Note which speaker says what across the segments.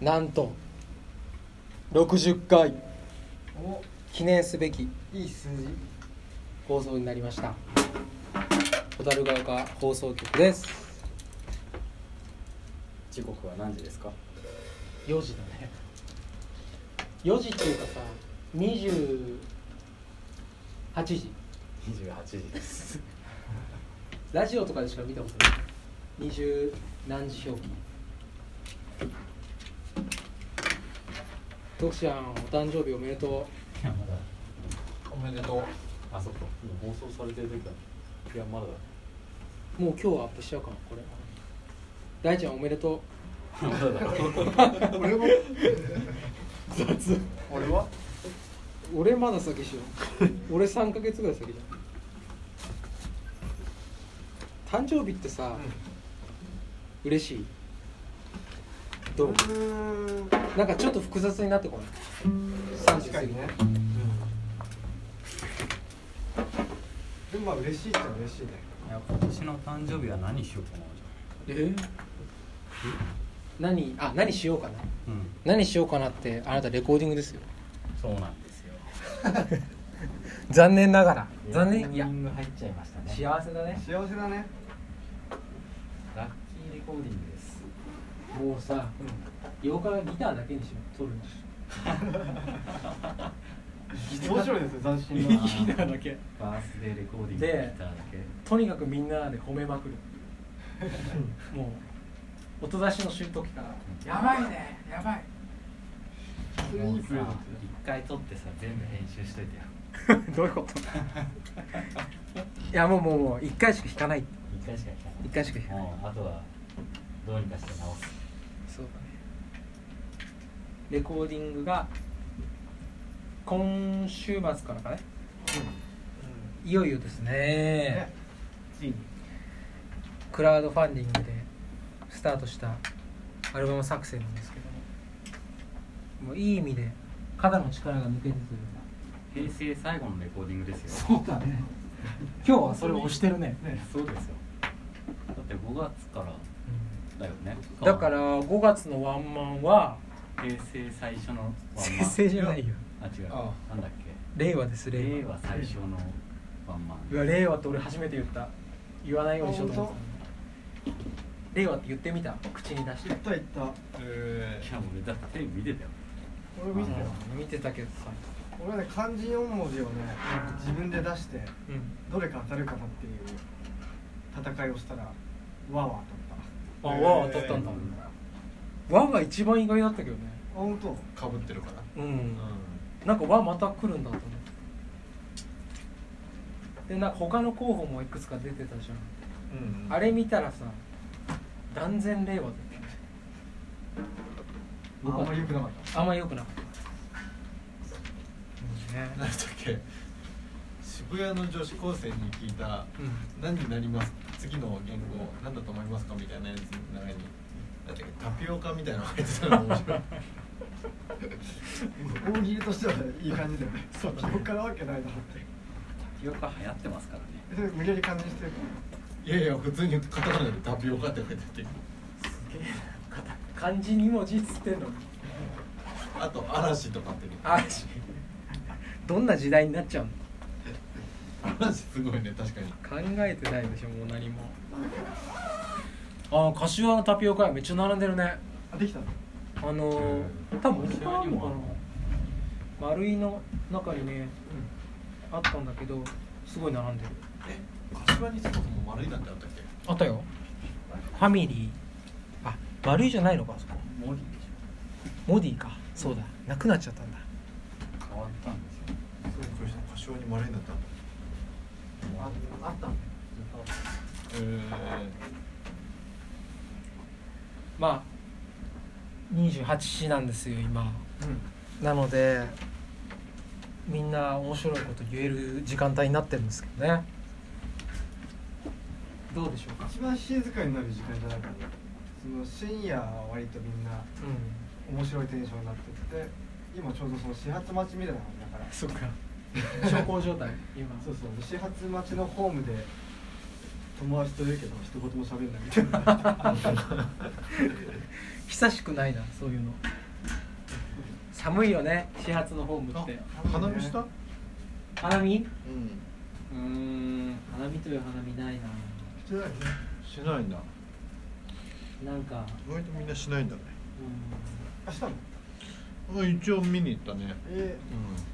Speaker 1: なんと60回
Speaker 2: お
Speaker 1: 記念すべき
Speaker 2: いい数字
Speaker 1: 放送になりました小樽ヶ丘放送局です
Speaker 3: 時刻は何時ですか
Speaker 1: 4時だね4時っていうかさ28時
Speaker 3: 28時です
Speaker 1: ラジオとかでしか見たことない二十何時表記徳ちゃんお誕生日おめでと
Speaker 3: いやまだ
Speaker 2: おめでとう
Speaker 3: あそっかもう放送されてる時だいやまだ
Speaker 1: うもう今日はアップしちゃうかなこれ大ちゃんおめでと
Speaker 3: だまだだ
Speaker 2: 俺も
Speaker 3: 雑
Speaker 2: 俺は
Speaker 1: う俺まだ先 しよう俺3ヶ月ぐらい先じゃん誕生日ってさ、嬉しいどう
Speaker 2: うん
Speaker 1: なんかちょっと複雑になってこない
Speaker 2: 確かにねでもまあ嬉しいっちゃ嬉しいね
Speaker 3: いや今年の誕生日は何しようかなじ
Speaker 1: え何あ何しようかな
Speaker 3: ゃうん
Speaker 1: 何しようかなってあなたレコーディングですよ
Speaker 3: そうなんですよ
Speaker 1: 残念ながら残
Speaker 4: タイ
Speaker 1: 念い
Speaker 4: ミ
Speaker 1: や
Speaker 4: ング入っちゃいましたね
Speaker 3: 幸せだね
Speaker 2: 幸せだね
Speaker 4: ラッキーレコーディングです
Speaker 1: もうさ8日はギターだけにしよう撮るの
Speaker 2: 面白いですね斬新
Speaker 1: ギ
Speaker 2: な
Speaker 1: ターだけ
Speaker 4: バースデーレコーディング
Speaker 1: で
Speaker 4: ギターだけ
Speaker 1: とにかくみんなで褒めまくるもう音出しのし時から「やばいねやばい
Speaker 2: 普通
Speaker 4: もう
Speaker 2: にいい
Speaker 4: さ
Speaker 2: プレゼント
Speaker 4: 一回撮ってさ全部編集しといてよ」
Speaker 1: どういうこといやもうもうもう1回しか弾かない
Speaker 4: 一回しか聞か
Speaker 1: 1回しか弾
Speaker 4: な
Speaker 1: か
Speaker 4: い
Speaker 1: ない
Speaker 4: もうあとはどうにかして直す
Speaker 1: そうだねレコーディングが今週末からかねいよいよですね
Speaker 2: ねついに
Speaker 1: クラウドファンディングでスタートしたアルバム作成なんですけどももういい意味で肩の力が抜けてて
Speaker 4: 平成最後のレコーディングですよ
Speaker 1: そうだね今日はそれを押してるね、
Speaker 2: ね
Speaker 4: そうですよだって5月からだよね
Speaker 1: だから5月のワンマンは
Speaker 4: 平成最初のワンマン
Speaker 1: 先生じゃないよ
Speaker 4: あ違う
Speaker 2: あ
Speaker 4: なんだっ
Speaker 1: 令和です
Speaker 4: け令
Speaker 1: 令和
Speaker 4: 和最初のワンマン
Speaker 1: うわ令和って俺初めて言った言わないようにしようと思ってた令和って言ってみた口に出して
Speaker 2: 行った行ったえ
Speaker 4: いや俺だってテレビ見てたよ
Speaker 2: 俺見てたよ
Speaker 1: 見てたけどさ、
Speaker 2: 俺はね漢字4文字をねなんか自分で出して
Speaker 1: うん、
Speaker 2: どれか当たるかなっていう戦いをしたらわーわー当たった
Speaker 1: あ和は当たったんだ和が一番意外だったけどね
Speaker 2: あ本当
Speaker 5: かぶってるから
Speaker 1: うんなんか和また来るんだと思ってでなんか他の候補もいくつか出てたじゃ
Speaker 5: うん
Speaker 1: んあれ見たらさ断然令和だったね
Speaker 2: あんまり良くなかっ
Speaker 1: あんま良くなかったね
Speaker 5: 何だっけ渋谷の女子高生に聞いた
Speaker 1: うん
Speaker 5: 「何になります次の言語何だと思いますか?」みたいなやつの中になんだっけタピオカみたいなの入ってたの 面白い
Speaker 2: た大喜利としてはいい感じだよねそう記憶からわけないなって
Speaker 4: タピオカ流行ってますからね
Speaker 2: それ無理やり感じにしてるか
Speaker 5: いやいや普通にカタカナでタピオカって書いてあって
Speaker 1: 漢字2文字っつってんのに
Speaker 5: あと嵐とかってね
Speaker 1: あしどんな時代になっちゃうの
Speaker 5: 嵐すごいね確かに
Speaker 1: 考えてないでしょもう何もああ柏のタピオカ屋めっちゃ並んでるね
Speaker 2: らあできたの
Speaker 1: あのー、多分いっぱいあるのかな丸いの中にね、あったんだけどすごい並んでる
Speaker 5: 柏にそもそも丸いなんてあったっけ
Speaker 1: あったよファミリーあ丸いじゃないのかあそこ
Speaker 4: モリーでし
Speaker 1: モディかそうだなくなっちゃったんだ
Speaker 4: ょ変わったんですよ
Speaker 5: そうした柏に丸いなんてあった
Speaker 2: ああった
Speaker 5: え
Speaker 1: まあ28市なんですよ今
Speaker 2: う
Speaker 1: なのでみんな面白いこと言える時間帯になってるんですけどねどうでしょうか
Speaker 2: ん一番静かになる時間じゃないかなその深夜は割とみんな
Speaker 1: うん
Speaker 2: 面白いテンションになってて今ちょうどその始発待ちみたいなのだから
Speaker 1: そっ か小康状態今
Speaker 2: そうそう始発待ちのホームで 友達といるけど一言も喋んないみたいな
Speaker 1: 一久しくないなそういうの寒いよね始発のホームって
Speaker 5: あ花見した
Speaker 1: 花見
Speaker 5: うん
Speaker 1: うーん花見という花見ないな
Speaker 5: してないねしないんだ
Speaker 1: なんか
Speaker 5: 意外とみんなしないんだね
Speaker 1: うん
Speaker 2: 明日も
Speaker 5: あ一応見に行ったね
Speaker 2: え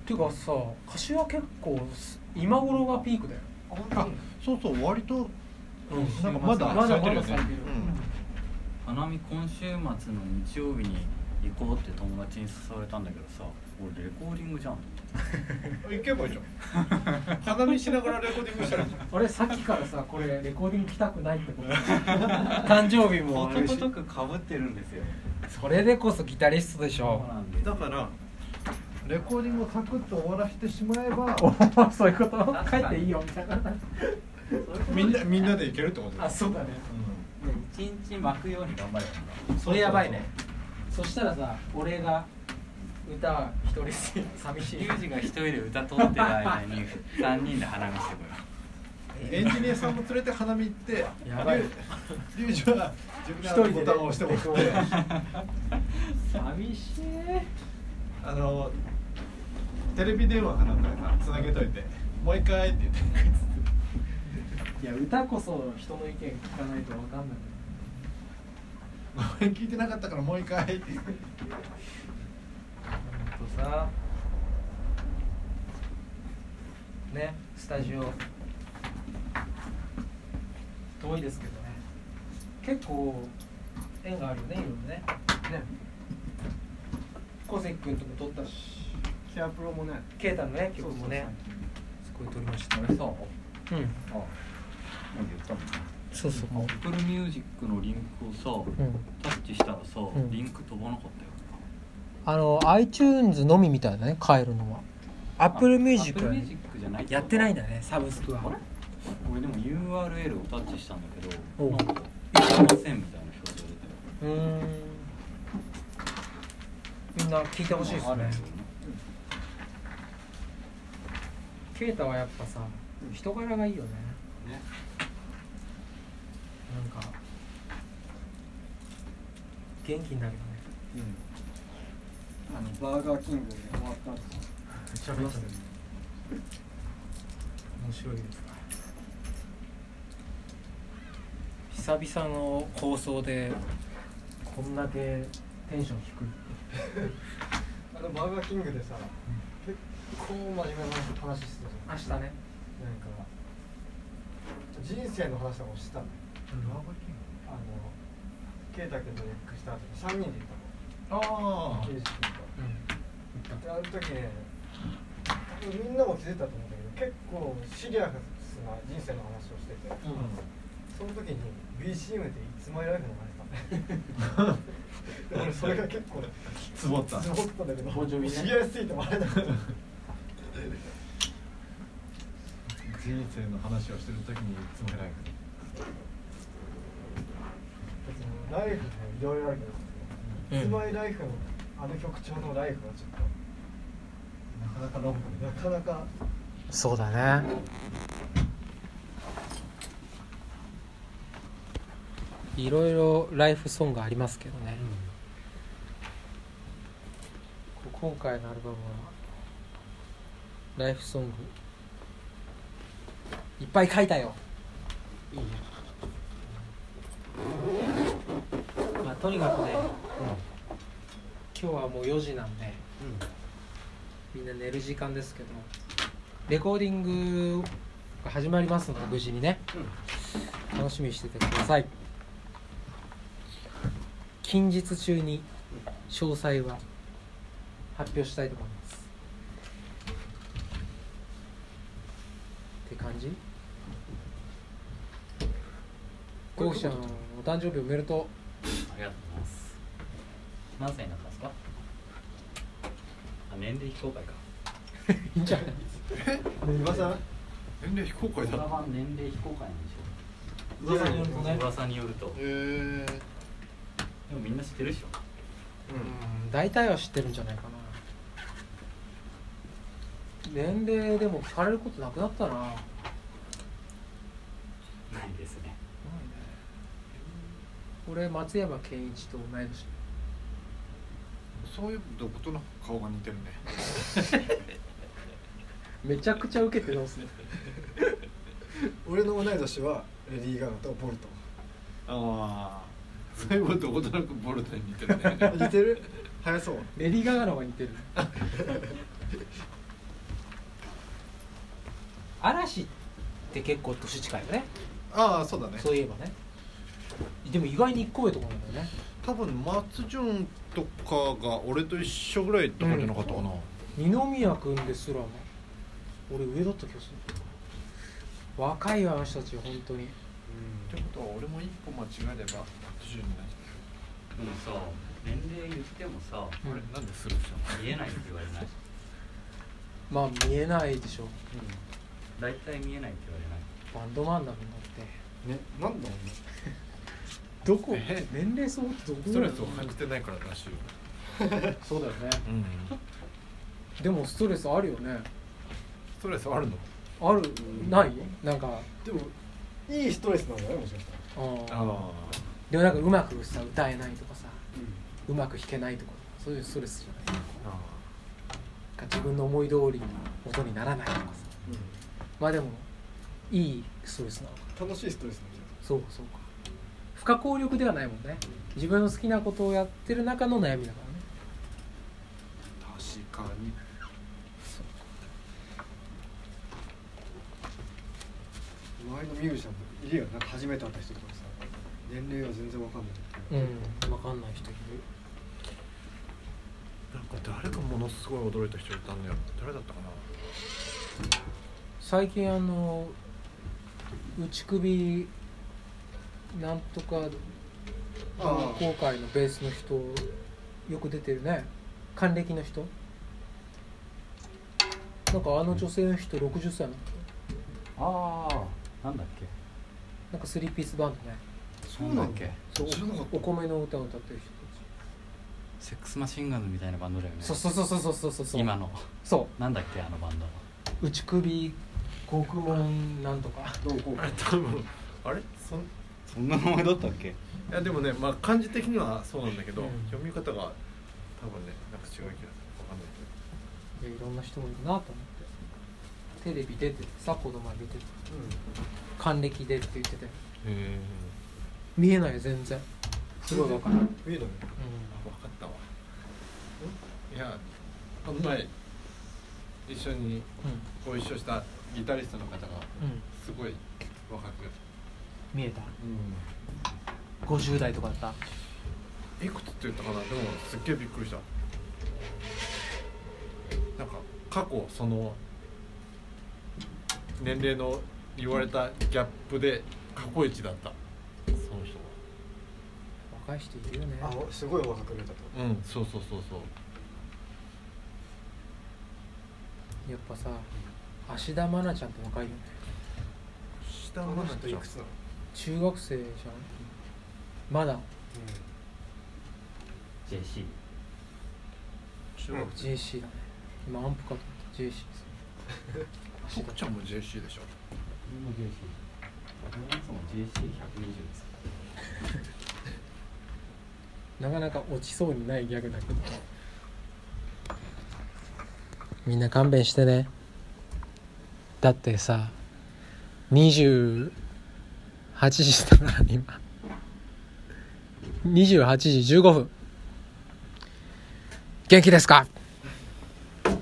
Speaker 5: うん
Speaker 1: ていうかさ柏結構す今頃がピークだよ
Speaker 2: ー、あ本
Speaker 5: あ
Speaker 2: 当に
Speaker 5: そうそう割と
Speaker 1: うん
Speaker 5: なんかまだ
Speaker 1: まだま
Speaker 5: 咲い
Speaker 1: だ
Speaker 5: て
Speaker 1: 咲い
Speaker 5: るよ
Speaker 1: て
Speaker 5: ね
Speaker 1: る
Speaker 4: 花見今週末の日曜日に行こうって友達に誘われたんだけどさ俺レコーディングじゃん
Speaker 5: うん行けばいいじゃ ん花見しながらレコーディングしたらいいじゃん
Speaker 1: 俺さっきからさこれレコーディング来たくないってこと 誕生日もあるし
Speaker 4: ことごとくかぶってるんですよ
Speaker 1: それでこそギタリストでし
Speaker 4: そう
Speaker 1: ょ
Speaker 4: なんです
Speaker 5: だからレコーディングをサクッと終わらせてしまえば
Speaker 1: お そういうこと帰っていいよみたいな
Speaker 5: みんなみんなで行けるってことだよ
Speaker 1: あそうだね
Speaker 4: 一日巻くように頑張ればいいんだ
Speaker 5: うん
Speaker 1: それやばいねそしたらさ俺が歌一人すぎ寂しい
Speaker 4: ユージが一人で歌とってる間に3人で花見してこよ
Speaker 5: エンジニアさんも連れて花見行って
Speaker 1: やばい
Speaker 5: リュウジは自分でボタンを押してもらって
Speaker 1: 寂しい
Speaker 5: あのテレビ電話かなんかでさつなげといて「もう一回」って言って
Speaker 1: いや歌こそ人の意見聞かないと分かんない
Speaker 5: 「ごめん聞いてなかったからもう一回」って言って
Speaker 1: ほんとさねスタジオ遠いですけどね結構縁があるよねいろいろねね小関君とも撮ったし
Speaker 2: ケアプロもね
Speaker 1: 啓太のね曲もねすごい撮りまし
Speaker 4: う俺さあ
Speaker 1: たうん
Speaker 4: なんで言ったの
Speaker 1: そうそう
Speaker 4: Apple Music のリンクをさ、
Speaker 1: うん
Speaker 4: タッチしたらさ、
Speaker 1: ん
Speaker 4: リンク飛ばなかったよ
Speaker 1: あの iTunes のみみたいだね変えるのは Apple
Speaker 4: ア
Speaker 1: Music
Speaker 4: ップ
Speaker 1: は
Speaker 4: ル
Speaker 1: ね
Speaker 4: ミュージックじゃない
Speaker 1: やってないん
Speaker 4: だ
Speaker 1: だねサブスクは
Speaker 4: あれ俺でも URL をタッチしたんだけ
Speaker 1: おう
Speaker 4: どなんか行けませんみたいな表示が出てる
Speaker 1: うーんみんな聞いてほしいです
Speaker 4: ある
Speaker 1: ね
Speaker 4: んだよね
Speaker 1: 啓太はやっぱさ人柄がいいよね
Speaker 4: ね
Speaker 1: なんか元気になるよね
Speaker 2: あのバーガーキングで終わったんですよ
Speaker 1: しゃべますね面白いです久々の放送でこんだけテンション低い
Speaker 2: あのバーガーキングでさ、結構真面目な話してたじゃ
Speaker 1: 明日ね
Speaker 2: んなんか人生の話とかもしてたのよあの圭太君とネックした後に3人で行った
Speaker 5: あ
Speaker 2: の圭司君
Speaker 1: うん
Speaker 2: とであの時ねみんなも気づいたと思うんだけど結構シリアスな人生の話をしてて、
Speaker 5: あ、うん、
Speaker 2: その時に BCM で「いつまいライフ」流れてたの俺それが結構
Speaker 5: つぼった
Speaker 2: 積もったんだけど
Speaker 1: ボジョビね
Speaker 2: 知り合いすぎて笑えなかった
Speaker 5: 人生の話をしてる時にいつも偉い
Speaker 2: 別にライフもいろいろあるけど、
Speaker 1: うん
Speaker 2: スマイライフのあの曲調のライフはちょ
Speaker 5: なかなかロング
Speaker 2: っとなかなか
Speaker 1: そうだねいろいろライフソングありますけどね、こ今回のアルバムはライフソングいっぱい書いたよいいね、まあ、とにかくね、今日はもう4時なんで、みんな寝る時間ですけどレコーディングが始まりますので無事にね、楽しみにしててください近日中に詳細は発表したいと思いますって感じゴーシャンお誕生日おめでと
Speaker 4: ありがとうございます何歳になったんですかあ年齢非公開か
Speaker 1: ういいんじゃない
Speaker 2: 今さ
Speaker 5: 年齢非公開
Speaker 4: ドラ
Speaker 5: だっ
Speaker 4: マ年齢非公開な
Speaker 1: 噂
Speaker 4: んでしょ
Speaker 1: によるとね
Speaker 4: 噂によるとで
Speaker 5: えー、
Speaker 4: もみんな知ってるでしょ
Speaker 1: うん大体は知ってるんじゃないかな年齢でも聞かれることなくなったなないね
Speaker 4: ないですね
Speaker 1: 俺松山ケンイチと同い年
Speaker 6: そういうどことの顔が似てるね
Speaker 1: めちゃくちゃ受けてますね
Speaker 2: 俺の同い年はレディー・ガガとボルト
Speaker 6: あ
Speaker 5: そういうことことなくボルトに似てるね
Speaker 2: 似てる早そう
Speaker 1: レディー・ガガの方が似てる 嵐って結構年近いよね
Speaker 6: ああそうだね
Speaker 1: そういえばねでも意外に1個上とかなんだよね
Speaker 6: 多分松潤とかが俺と一緒ぐらいとかじゃなかったかな、
Speaker 1: 二宮君ですらも俺上だった気がする若いわあの人たち本当に
Speaker 6: ってことは俺も一歩間違えれば松潤になっち
Speaker 4: でもさ年齢言ってもさ
Speaker 6: ゃうあれなんでスルーし
Speaker 4: 見えないって言われない
Speaker 1: まあ見えないでしょ
Speaker 4: 大体見えないって言われない
Speaker 1: バンドマンだもんだって
Speaker 2: ねなんだろ
Speaker 1: どこ
Speaker 6: え
Speaker 1: 年齢層ってどこ
Speaker 6: たのストレスを感じてないかららしいよ
Speaker 1: そうだよね
Speaker 6: うん
Speaker 1: でもストレスあるよね
Speaker 6: ストレスあるの
Speaker 1: あるないなんか
Speaker 2: うでもいいストレスなんだねもしかしたら
Speaker 1: あー
Speaker 6: あ
Speaker 1: でもなんかうまくさ歌えないとかさ、うまく弾けないとかそういうストレスじゃない
Speaker 6: あ
Speaker 1: か自分の思い通りに音にならないとかさまあでもいいストレスなのか
Speaker 2: 楽しいストレスなんだよ
Speaker 1: そうかそうか不可抗力ではないもんね自分の好きなことをやってる中の悩みだからね
Speaker 6: 確かに
Speaker 2: 周りのミュージシャンといるよなんか初めて会った人とかさ年齢は全然わかんない
Speaker 1: うん分かんない人いる
Speaker 6: なんか誰かものすごい驚いた人いたんだよ誰だったかな
Speaker 1: 最近あの内首なんとか
Speaker 2: ああ
Speaker 1: 公開のベースの人よく出てるね還暦の人なんかあの女性の人60歳なの
Speaker 4: ああなんだっけ
Speaker 1: なんかスリーピースバンドね
Speaker 2: そうなんだ
Speaker 1: そう
Speaker 2: 知らなかった
Speaker 1: お米の歌を歌ってる人
Speaker 4: セックスマシンガンズみたいなバンドだよね
Speaker 1: たちそうそうそうそうそうそうそう
Speaker 4: 今の
Speaker 1: そ
Speaker 4: なんだっけあのバンド
Speaker 1: う内首獄門なんとか
Speaker 2: どうこう
Speaker 6: あれ多分あれそんい
Speaker 4: そんな名前だったっけ
Speaker 6: やでもねまあ漢字的にはそうなんだけど、
Speaker 1: うん
Speaker 6: 読み方が多分ねなんか違う気がするわかんないけど
Speaker 1: いやいろんな人もいるなと思ってテレビ出ててさ子供は出てて還暦でって言ってて
Speaker 6: へ
Speaker 1: 見えないよ全然すごいわかる、うん、
Speaker 2: 見えない
Speaker 5: 分かったわいやこの前一緒にご一緒したギタリストの方が
Speaker 1: うんうん
Speaker 5: すごい若く、
Speaker 1: 見えた50代とかだった
Speaker 6: いくつって言ったかなでもすっげえびっくりしたなんか過去その
Speaker 5: 年齢の言われたギャップで過去一だったその人
Speaker 1: 若い人いるよね
Speaker 2: あすごい若く見えたと
Speaker 5: はうんそうそうそうそう
Speaker 1: やっぱさ芦田愛菜ちゃんって若いよね
Speaker 6: 下
Speaker 2: この人いくつなの
Speaker 1: 中学生じゃんまだ
Speaker 4: JC
Speaker 6: 中学生
Speaker 1: JC だね今アンプかと思った JC です芦
Speaker 6: 僕
Speaker 1: 田
Speaker 6: ちゃんも JC でしょ
Speaker 4: 俺も JC 俺もいつも JC120 です
Speaker 1: なかなか落ちそうにないギャグだけどみんな勘弁してねだってさ28時だから今28時15分元気ですか
Speaker 2: あの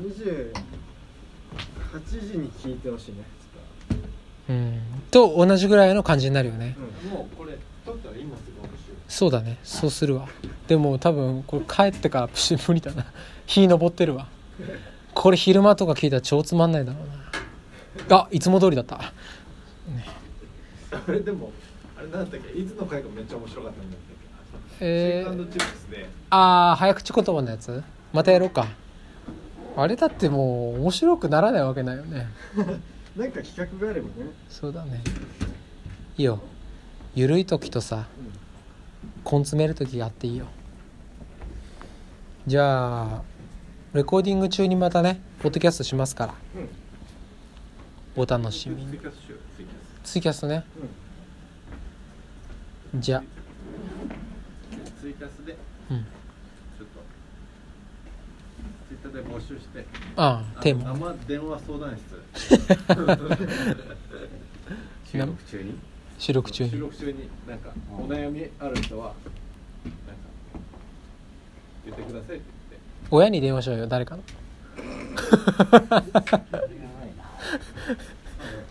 Speaker 2: 28時に聞いてほしいね
Speaker 1: うんと同じぐらいの感じになるよね
Speaker 5: もうこれ撮ったら今すぐ面白い
Speaker 1: そうだねそうするわでも多分これ帰ってからプシュ無理だな 日昇ってるわこれ昼間とか聞いたら超つまんないだろうなあいつも通りだった
Speaker 5: あれでもあれなんだっけいつの回かめっちゃ面白かったんだっけシェイ
Speaker 1: え
Speaker 5: クアンド
Speaker 1: ー、
Speaker 5: チップスで
Speaker 1: ああ早口言葉のやつまたやろうかあれだってもう面白くならないわけないよね
Speaker 2: なんか企画があればね
Speaker 1: そうだねいいよゆるい時とさ根詰める時があっていいよじゃあレコーディング中にまたねポッドキャストしますから、お楽しみに
Speaker 5: ツイキャスしようよツイキャス
Speaker 1: ツイキャストね、じゃあ
Speaker 5: ツイキャスで、
Speaker 1: うん
Speaker 5: ちょっとツイッターで募集して
Speaker 1: ああテーマ
Speaker 5: 生電話相談室
Speaker 4: 収録中に
Speaker 1: 収録中
Speaker 5: 収
Speaker 1: に
Speaker 5: 録中になんかお悩みある人はなんか言ってくださいって言って
Speaker 1: 親に電話しようよ誰かの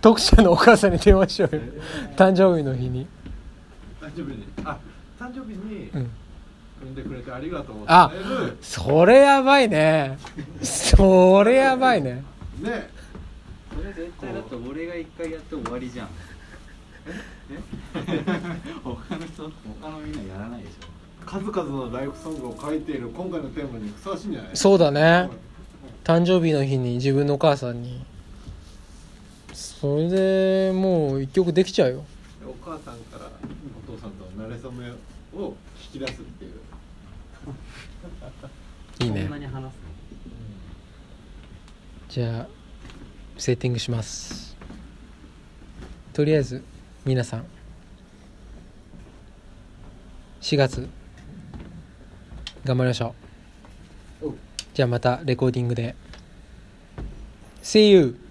Speaker 1: 読者のお母さんに電話しようよ誕生日の日に、
Speaker 5: 誕生日にあ誕生日に
Speaker 1: うん、
Speaker 5: 産んでくれてありがとう
Speaker 1: あ
Speaker 5: って言える
Speaker 1: それやばいねそれやばいね
Speaker 5: ね
Speaker 4: それ絶対だって俺が一回やって終わりじゃんえ 他の人他のみんなやらないでし
Speaker 5: 数々のライフソングを書いている今回のテーマにふさわしいんじゃない
Speaker 1: そうだね誕生日の日に自分のお母さんにそれでもう一曲できちゃうよ
Speaker 5: お母さんからお父さんとの馴れ初めを引き出すっていう
Speaker 1: いい
Speaker 4: ょ
Speaker 1: ね
Speaker 4: そんなに話す
Speaker 1: じゃあセッティングしますとりあえず皆さん4月頑張りましょうじゃあまたレコーディングで See you!